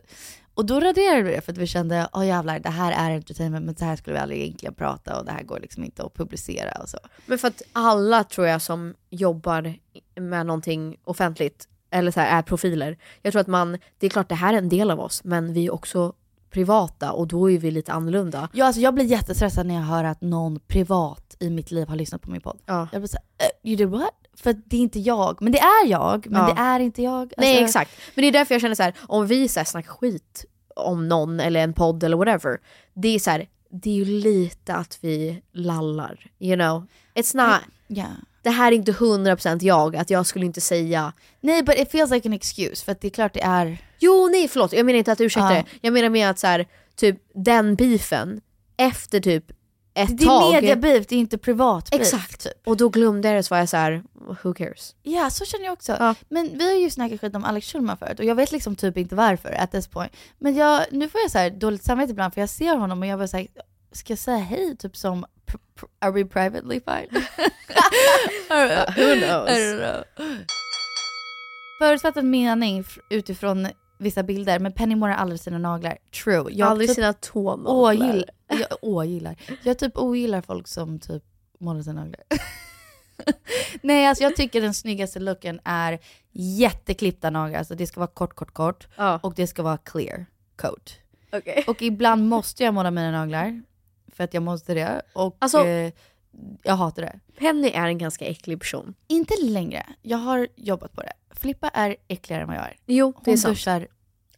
Och då raderade vi det för att vi kände, åh jävlar det här är entertainment men så här skulle vi aldrig egentligen prata och det här går liksom inte att publicera och så.
Men för att alla tror jag som jobbar med någonting offentligt eller så här, är profiler. Jag tror att man, det är klart det här är en del av oss men vi är också privata och då är vi lite annorlunda.
Ja, alltså jag blir jättestressad när jag hör att någon privat i mitt liv har lyssnat på min podd. Jag blir såhär, eh, you did what? För att det är inte jag. Men det är jag, men
Ja.
det är inte jag. Alltså,
Nej exakt. Men det är därför jag känner så här, om vi så här, snackar skit om någon eller en podd eller whatever. Det är så här, det är ju lite att vi lallar. You know? It's not,
Ja.
det här är inte 100% jag, att jag skulle inte säga
Nej, but it feels like an excuse för att det är klart det är...
Jo, nej förlåt. Jag menar inte att ursäkta
Ja.
det. Jag menar mer att så här, typ den beefen efter typ ett
Det är
tag.
mediabeef, det är inte privat beef.
Exakt. Och då glömde jag det så var jag så här, who cares?
Ja, så känner jag också. Men vi har ju snackat skit om Alex Schulman förut och jag vet liksom typ inte varför at this point. Men jag, nu får jag så här dåligt samvete ibland för jag ser honom och jag bara såhär, ska jag säga hej typ som pr- pr- Are we privately fine?
Ja, who knows?
I don't know. Förutfattad mening f- utifrån vissa bilder, men Penny målar aldrig sina naglar. True.
Aldrig sina tånaglar.
Ågill, jag ågillar. Jag typ ogillar folk som typ målar sina naglar. Nej, alltså jag tycker den snyggaste looken är jätteklippta naglar. Alltså det ska vara kort, kort, kort. Och det ska vara clear coat.
Okay.
Och ibland måste jag måla mina naglar. För att jag måste det. Och
Alltså-
eh, jag hatar det.
Penny är en ganska äcklig person.
Inte längre. Jag har jobbat på det. Flippa är äckligare än vad jag är.
Jo, det
Hon
är sant.
duschar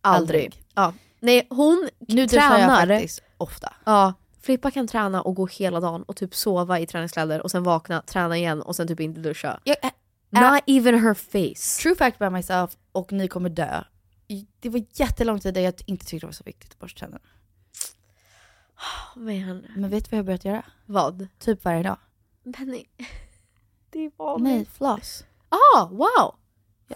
Aldrig.
aldrig.
Ja. Nej, hon
Nu duschar jag
tränar.
faktiskt ofta.
Ja. Flippa kan träna och gå hela dagen och typ sova i träningskläder och sen vakna, träna igen och sen typ inte duscha. Not even her face.
True fact by myself och ni kommer dö. Det var jättelång tid där jag inte tyckte det var så viktigt att borsta tänderna.
Men,
Men vet du vad jag har börjat göra?
Vad?
Typ varje dag.
Penny. Det är
Nej, floss.
Ah, wow!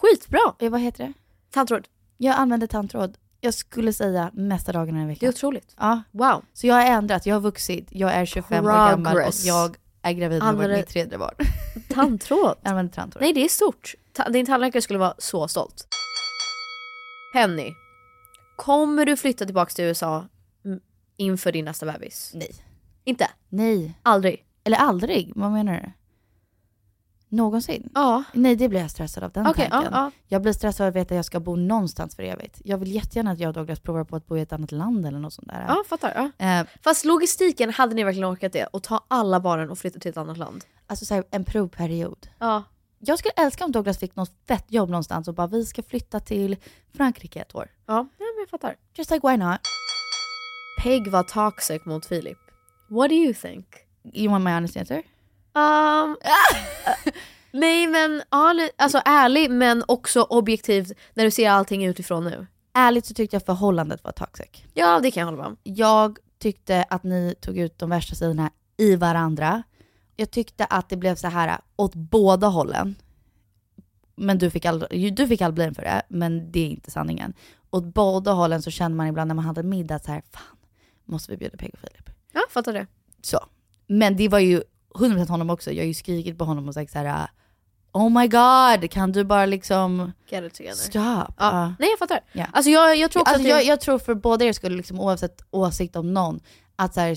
Skitbra!
Eh, Vad heter det?
Tandtråd.
Jag använder tandtråd. Jag skulle säga mesta dagarna i veckan.
Det är otroligt.
Ja.
Wow.
Så jag har ändrat, jag har vuxit, jag är 25 år gammal och
Progress.
jag är gravid med
Använder-
mitt tredje barn.
Tandtråd?
jag använder tandtråd.
Nej, det är stort. Ta- din tandläkare skulle vara så stolt. Penny. Kommer du flytta tillbaka till USA m- inför din nästa bebis?
Nej.
Inte?
Nej.
Aldrig?
Eller aldrig, vad menar du? Någonsin?
Ja.
Nej, det blir jag stressad av den
Okej, ja,
tanken.
ja.
Jag blir stressad av att veta att jag ska bo någonstans för evigt. Jag vill jättegärna att jag och Douglas provar på att bo i ett annat land eller något sånt där.
Ja, fattar. Ja.
Eh,
Fast logistiken, hade ni verkligen orkat det? Att ta alla barnen och flytta till ett annat land?
alltså så här, en provperiod.
Ja.
Jag skulle älska om Douglas fick något fett jobb någonstans och bara vi ska flytta till Frankrike ett år.
Ja, ja men jag fattar.
Just like why not?
Peg var toxic mot Filip. What do you think?
You want my honest answer?
Um, nej men ärlig- alltså ärlig men också objektivt när du ser allting utifrån nu.
Ärligt så tyckte jag förhållandet var toxic.
Ja det kan jag hålla med om.
Jag tyckte att ni tog ut de värsta sidorna i varandra. Jag tyckte att det blev så här åt båda hållen. Men du fick all, ju- du fick all blame för det, men det är inte sanningen. Åt båda hållen så kände man ibland när man hade middag så här, fan, måste vi bjuda Peg och Filip.
Ja, fattar det.
Så. Men det var ju 100% honom också. Jag har ju skrikit på honom och sagt så här: Oh my god, kan du bara liksom...
Get it together.
Stop.
Ja. Nej jag fattar.
Ja.
Alltså jag, jag tror också
Alltså,
att
jag, jag tror för båda er skulle, liksom, oavsett åsikt om någon, att såhär,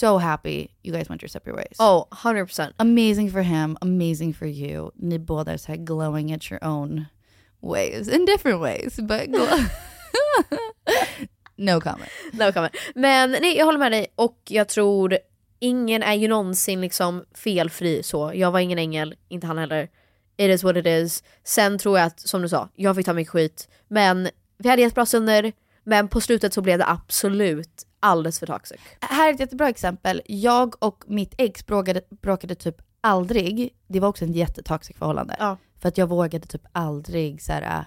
so happy you guys went your separate ways.
Oh, 100%.
Amazing for him, amazing for you. Ni båda är såhär glowing at your own ways, in different ways. But glow- no comment.
No comment. Men nej, jag håller med dig och jag tror ingen är ju någonsin liksom felfri så. Jag var ingen ängel, inte han heller. It is what it is. Sen tror jag att, som du sa, jag fick ta mycket skit. Men vi hade jättebra stunder, men på slutet så blev det absolut alldeles för toxic.
Här är ett jättebra exempel. Jag och mitt ex bråkade, bråkade typ aldrig. Det var också ett jättetoxic förhållande. För att jag vågade typ aldrig så här. äh,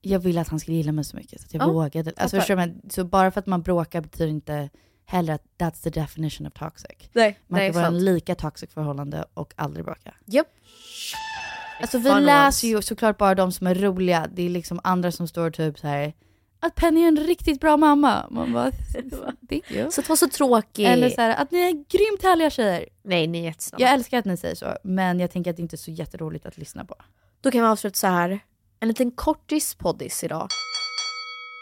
Jag ville att han skulle gilla mig så mycket så att jag
Ja,
vågade. Alltså,
fattar.
förstår du vad jag menar? så bara för att man bråkar betyder inte heller att that's the definition of toxic.
Nej,
man
nej,
kan vara
sant.
en lika toxic förhållande och aldrig bråka.
Japp.
Alltså vi
Fun
läser ju såklart bara de som är roliga. Det är liksom andra som står typ så här att Penny är en riktigt bra mamma. Man bara, thank you.
Så det var så tråkigt.
Eller så här, att ni är grymt härliga tjejer.
Nej, ni är jättesnälla.
Jag älskar att ni säger så, men jag tänker att det inte är så jätteroligt att lyssna på.
Då kan vi avsluta så här. En liten kortis poddis idag.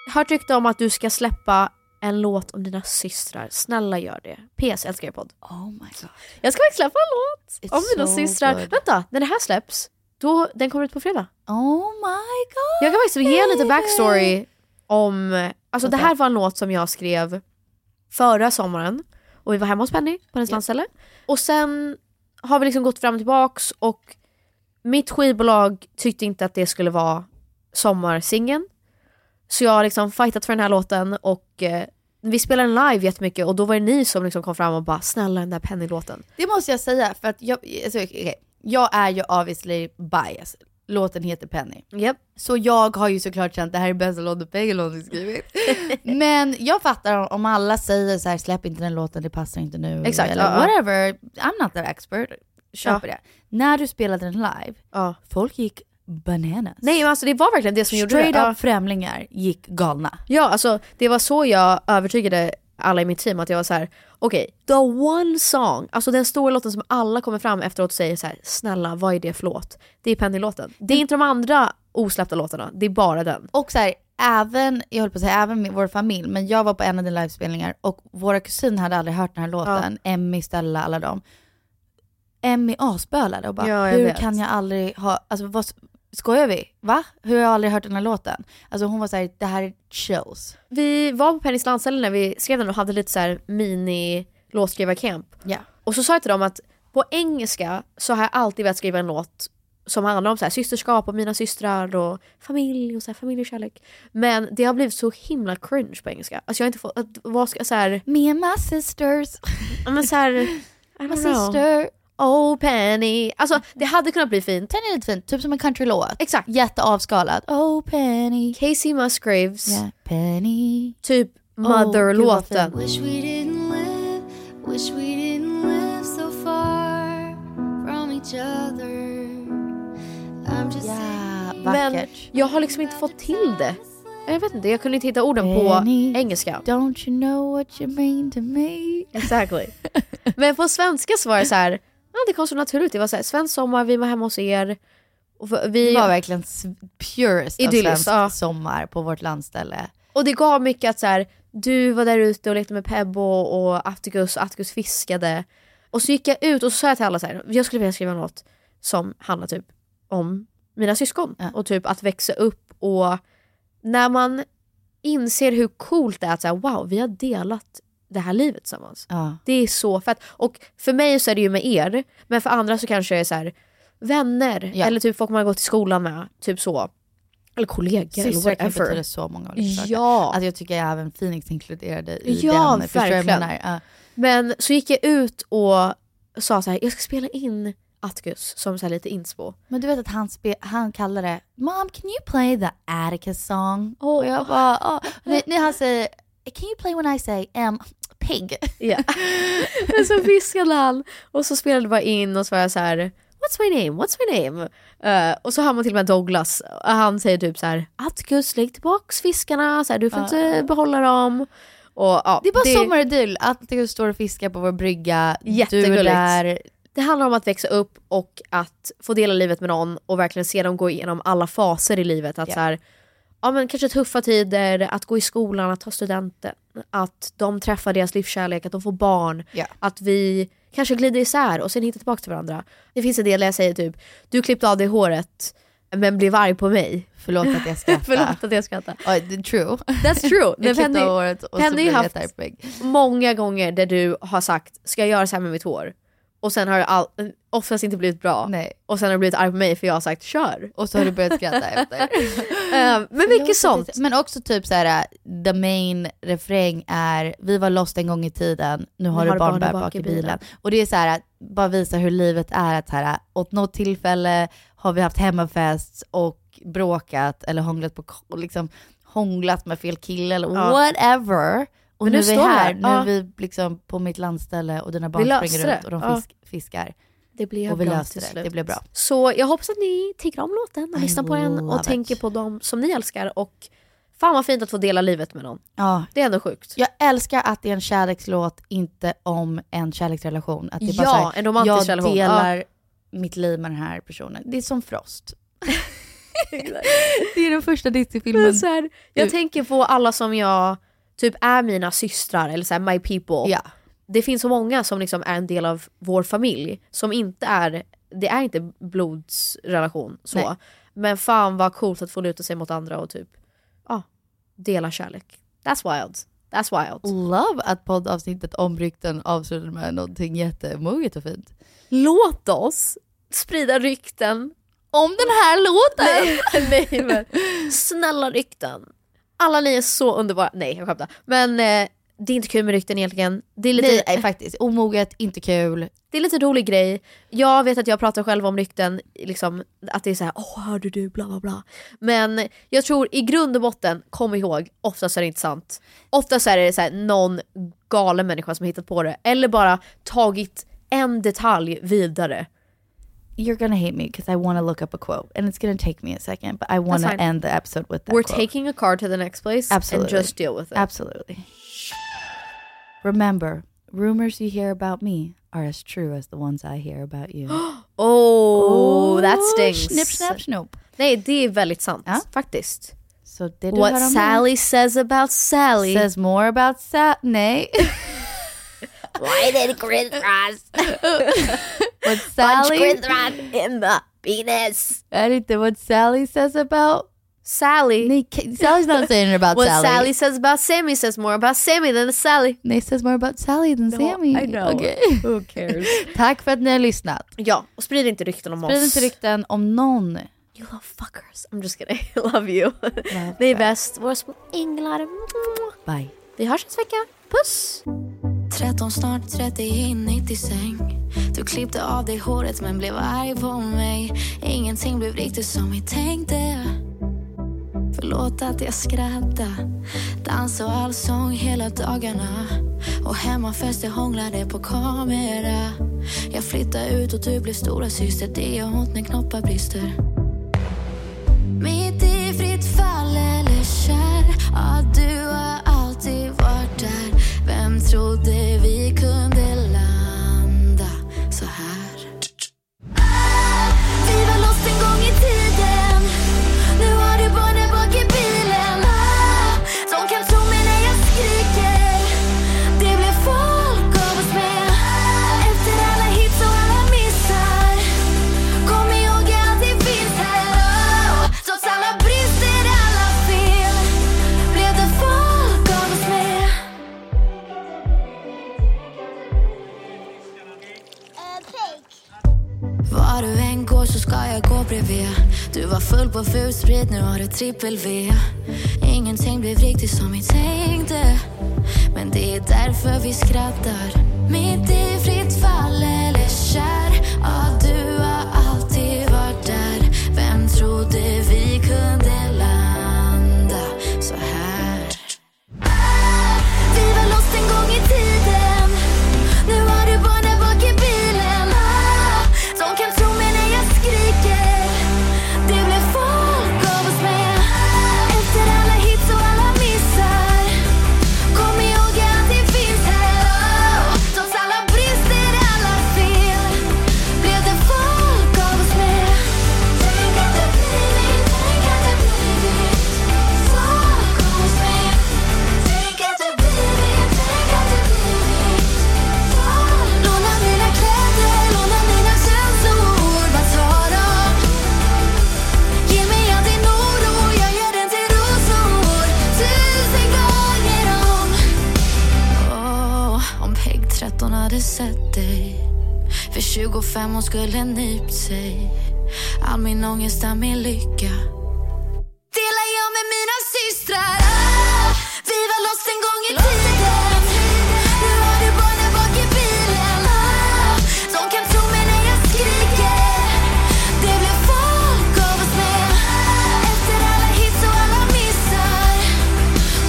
Jag har hört rykte om att du ska släppa en låt om dina systrar. Snälla gör det. PS, jag älskar er podd.
Oh my god.
Jag ska faktiskt släppa en låt
It's
om mina
so
systrar.
good.
Vänta, när det här släpps, då, den kommer ut på fredag.
Oh my god.
Jag kan faktiskt ge lite backstory om... Alltså det här var en låt som jag skrev förra sommaren. Och vi var hemma hos Penny på hennes landställe. Och sen har vi liksom gått fram och tillbaks och mitt skivbolag tyckte inte att det skulle vara sommarsingen. Så jag har liksom fightat för den här låten och eh, vi spelade den live jättemycket och då var det ni som liksom kom fram och bara “snälla den där Penny-låten”.
Det måste jag säga, för att jag, alltså, okej, jag är ju obviously bias. Låten heter Penny.
Yep.
Så jag har ju såklart känt det här är bästa låten Peggy någonsin skrivit. Men jag fattar om alla säger så här, släpp inte den låten, det passar inte nu.
Exakt,
eller
ja, ja.
whatever, I'm not that expert. Köper
Ja.
det. När du spelade den live, folk gick bananas.
Nej men alltså det var verkligen det som gjorde det.
Straight
Ja.
up främlingar gick galna.
Ja, alltså det var så jag övertygade alla i mitt team att jag var så här: okej, the one song, alltså den stora låten som alla kommer fram efteråt och säger så här: snälla vad är det för låt? Det är Penny-låten. Det är inte de andra osläppta låtarna, det är bara den.
Och så här, även, jag höll på att säga även med vår familj, men jag var på en av dina livespelningar och våra kusiner hade aldrig hört den här låten, Emmy, Stella, alla dem. Emmy asbölade och bara,
Ja, jag
hur
vet.
kan jag aldrig ha, alltså vad, skojar vi? Va? Hur har jag aldrig hört den här låten? Alltså hon var så här, det här är chills.
Vi var på Pennys landställe när vi skrev den och hade lite så här mini låtskrivarcamp.
Ja.
Och så sa jag till dem att på engelska så har jag alltid velat skriva en låt som handlar om så här, systerskap och mina systrar och familj och så här, familj och kärlek. Men det har blivit så himla cringe på engelska. Alltså jag har inte fått, att- vad ska, så här,
Me and my sisters.
Ja, men såhär, I
My
don't know.
sister.
Oh Penny. Alltså det hade kunnat bli fint.
Penny är lite fint, typ som en countrylåt.
Exakt.
Jätteavskalad. Oh Penny.
Casey Musgraves.
Ja, Penny.
Typ Mother-låten.
Wish we didn't live, wish we didn't live so far from each other. I'm just saying.
men jag har liksom inte fått till det. Jag vet inte, jag kunde inte hitta orden på
Penny,
engelska.
Don't you know what you mean to me?
Exactly. Men på svenska så var det såhär, ja, det kom så naturligt. Det var såhär, svensk sommar, vi var hemma hos er. Och vi,
Det var verkligen s- purest av
Idylliskt,
svensk sommar på vårt landställe.
Och det gav mycket att så här, du var där ute och lekte med Pebbo och Atticus och Atticus fiskade. Och så gick jag ut och så sa jag till alla så här, jag skulle vilja skriva en låt som handlar typ om mina syskon och typ att växa upp och när man inser hur coolt det är att så här, wow, vi har delat det här livet tillsammans.
Ja.
Det är så fett. Och för mig så är det ju med er, men för andra så kanske det är så här, vänner
Ja.
eller typ folk man har gått i skolan med, typ så. Eller kollegor eller
Systrar kan
whatever.
betyda så många olika saker.
Ja.
Alltså jag tycker jag även Phoenix inkluderade i
Ja,
den. Förstår du vad jag
verkligen.
menar? Ja.
Men så gick jag ut och sa så här, jag ska spela in Atticus som så här lite inspo.
Men du vet att han, spe- han kallar det “Mom, can you play the Atticus song?” Och jag bara, "Ah." när, när han säger “Can you play when I say um, pig?”
Ja. Men så viskade han och så spelade det bara in och så var jag så här What's my name? What's my name? Eh, och så har man till och med Douglas. Och han säger typ så här Atticus, lägg tillbaks fiskarna, så här, du får
Ja.
inte behålla dem. Och, ja,
Det är bara sommardyll. Atticus står och fiskar på vår brygga. Du är
Jättegulligt.
där.
Det handlar om att växa upp och att få dela livet med någon och verkligen se dem gå igenom alla faser i livet. Att
Ja.
så här, ja, men kanske tuffa tider, att gå i skolan, att ta studenten, att de träffar deras livskärlek, att de får barn, att vi kanske glider isär och sen hittar tillbaka till varandra. Det finns en del där jag säger typ, du klippte av dig håret men blev arg på mig.
Förlåt att jag skrattar.
Förlåt att jag skrattar.
Ja, det är true.
That's true.
Jag klippte
Penny-
av håret och så
Penny
blev jag
haft
tarpig.
många gånger där du har sagt, ska jag göra så här med mitt hår? Och sen har det all, oftast inte blivit bra. Och sen har du blivit arg på mig för jag har sagt kör.
Och så har du börjat skratta efter. Ehm,
men mycket sånt.
Men också typ så här, the main refräng är vi var lost en gång i tiden, nu har du barn bak, i bilen. Och det är så här, att bara visa hur livet är att så här, äh, åt något tillfälle har vi haft hemmafest och bråkat eller hånglat, på, och liksom, hånglat med fel kille eller
Ja.
whatever. Och
Men
nu,
nu
är vi
står vi
här,
här.
nu
Ja.
är vi liksom på mitt landställe och dina barn
löste
springer runt
det.
och de
Ja.
fisk, fiskar.
Det blev
och vi
bra
löste
till
det,
slut.
det blev bra.
Så jag hoppas att ni tycker om låten och
I
lyssnar på den
love
och
it.
tänker på dem som ni älskar och fan vad fint att få dela livet med någon.
Ja.
Det är ändå sjukt.
Jag älskar att det är en kärlekslåt, inte om en kärleksrelation. Att det är
Ja,
bara så här,
en romantisk
jag
relation,
Jag
ja.
delar mitt liv med den här personen. Det är som Frost. det är den första Disney-filmen.
Men så här, jag tänker på alla som jag typ är mina systrar eller så här, my people.
Ja.
Det finns så många som liksom är en del av vår familj som inte är, det är inte blodsrelation så.
Nej.
Men fan vad coolt att få luta sig mot andra och typ ja, dela kärlek. That's wild. That's wild.
Love att poddavsnittet om rykten avslutar med någonting jättemoget och fint.
Låt oss sprida rykten.
Om den här låten!
Nej, nej men snälla rykten. Alla ni är så underbara. Nej jag skämtar. Men eh, det är inte kul med rykten egentligen. Det är lite...
Nej, nej, faktiskt. Omoget, inte kul.
Det är lite rolig grej. Jag vet att jag pratar själv om rykten, liksom, att det är så här, åh hörde du bla bla bla. Men jag tror i grund och botten, kom ihåg, oftast är det inte sant. Oftast är det så här, någon galen människa som har hittat på det. Eller bara tagit en detalj vidare.
You're gonna hate me because I wanna look up a quote and it's gonna take me a second but I
That's
wanna
fine.
end the episode with that
We're
quote.
taking a car to the next place
Absolutely.
and just deal with it.
Absolutely. Remember, rumors you hear about me are as true as the ones I hear about you.
Oh, that stings.
Snipp, snapp, snopp.
Nej, det är väldigt sant faktiskt.
Så det du hör
What
om
Sally says about Sally.
mig says more about Sally. Nej.
Why did Chris Ross
What
punch
Sally.
Chris Ross in the penis?
Är det inte what Sally says about?
Sally.
Nej, K- Sally's not saying it about
what
Sally.
Sally says about Sammy says more about Sammy than Sally.
Nej, says more about Sally than Sammy.
I know.
Okay.
Who cares?
Tack för att ni har lyssnat.
ja, och sprid inte rykten om
Sprid
oss.
inte rykten om någon.
You love fuckers. I'm just kidding. Love you. Ni är bäst. Våra små änglar.
Bye.
Vi hörs nästa vecka. Puss!
13, snart 30, in i säng Du klippte av dig håret men blev arg på mig Ingenting blev riktigt som vi tänkte Förlåt att jag skrattar Dans och allsång hela dagarna Och hemmafester hånglade på kamera Jag flyttar ut och du blev stora syster Det gör ont när knoppar brister Mitt i fritt fall eller kär Ja, du har alltid varit där Vem trodde vi kunde landa så här? Ah, Vi var lost en gång i tiden Nu har du barnen bak i bilen ah, De kan tro mig när jag skriker Det blev folk av oss med Efter alla hits och alla missar Kom ihåg att det finns här oh. Trots alla brister, alla fel Blev det folk av oss med Var du än går så ska jag gå bredvid Du var full på ful sprit, nu har du trippel V Ingenting blev riktigt som vi tänkte Men det är därför vi skrattar Mitt i fritt fall eller kär Ja, du har alltid varit där Vem trodde vi kunde landa så här? Ah, Vi var lost en gång i tiden Nu har du barnen bak i bilen ah, De kan tro mig när jag skriker Det blev folk av oss med Efter alla hits och alla missar Kom ihåg sett dig För 25 hon skulle nypt sig All min ångest, all min lycka Delar jag med mina systrar ah, Vi var loss en gång i tiden Nu har du barnen bak i bilen ah, De kan tro mig när jag skriker Det blev folk av oss med Ah, Efter alla hits och alla missar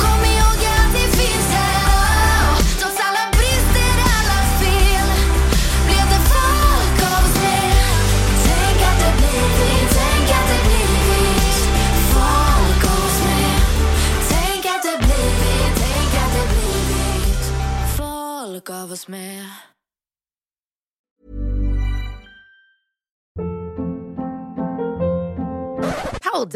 Kom ihåg att ni finns här ah, Trots alla brister, alla fel Blev det folk av oss med Tänk att det blir vi, tänk att det blir vi Folk av oss med Tänk att det blir vi, tänk att det blir vi Folk av oss med
Hold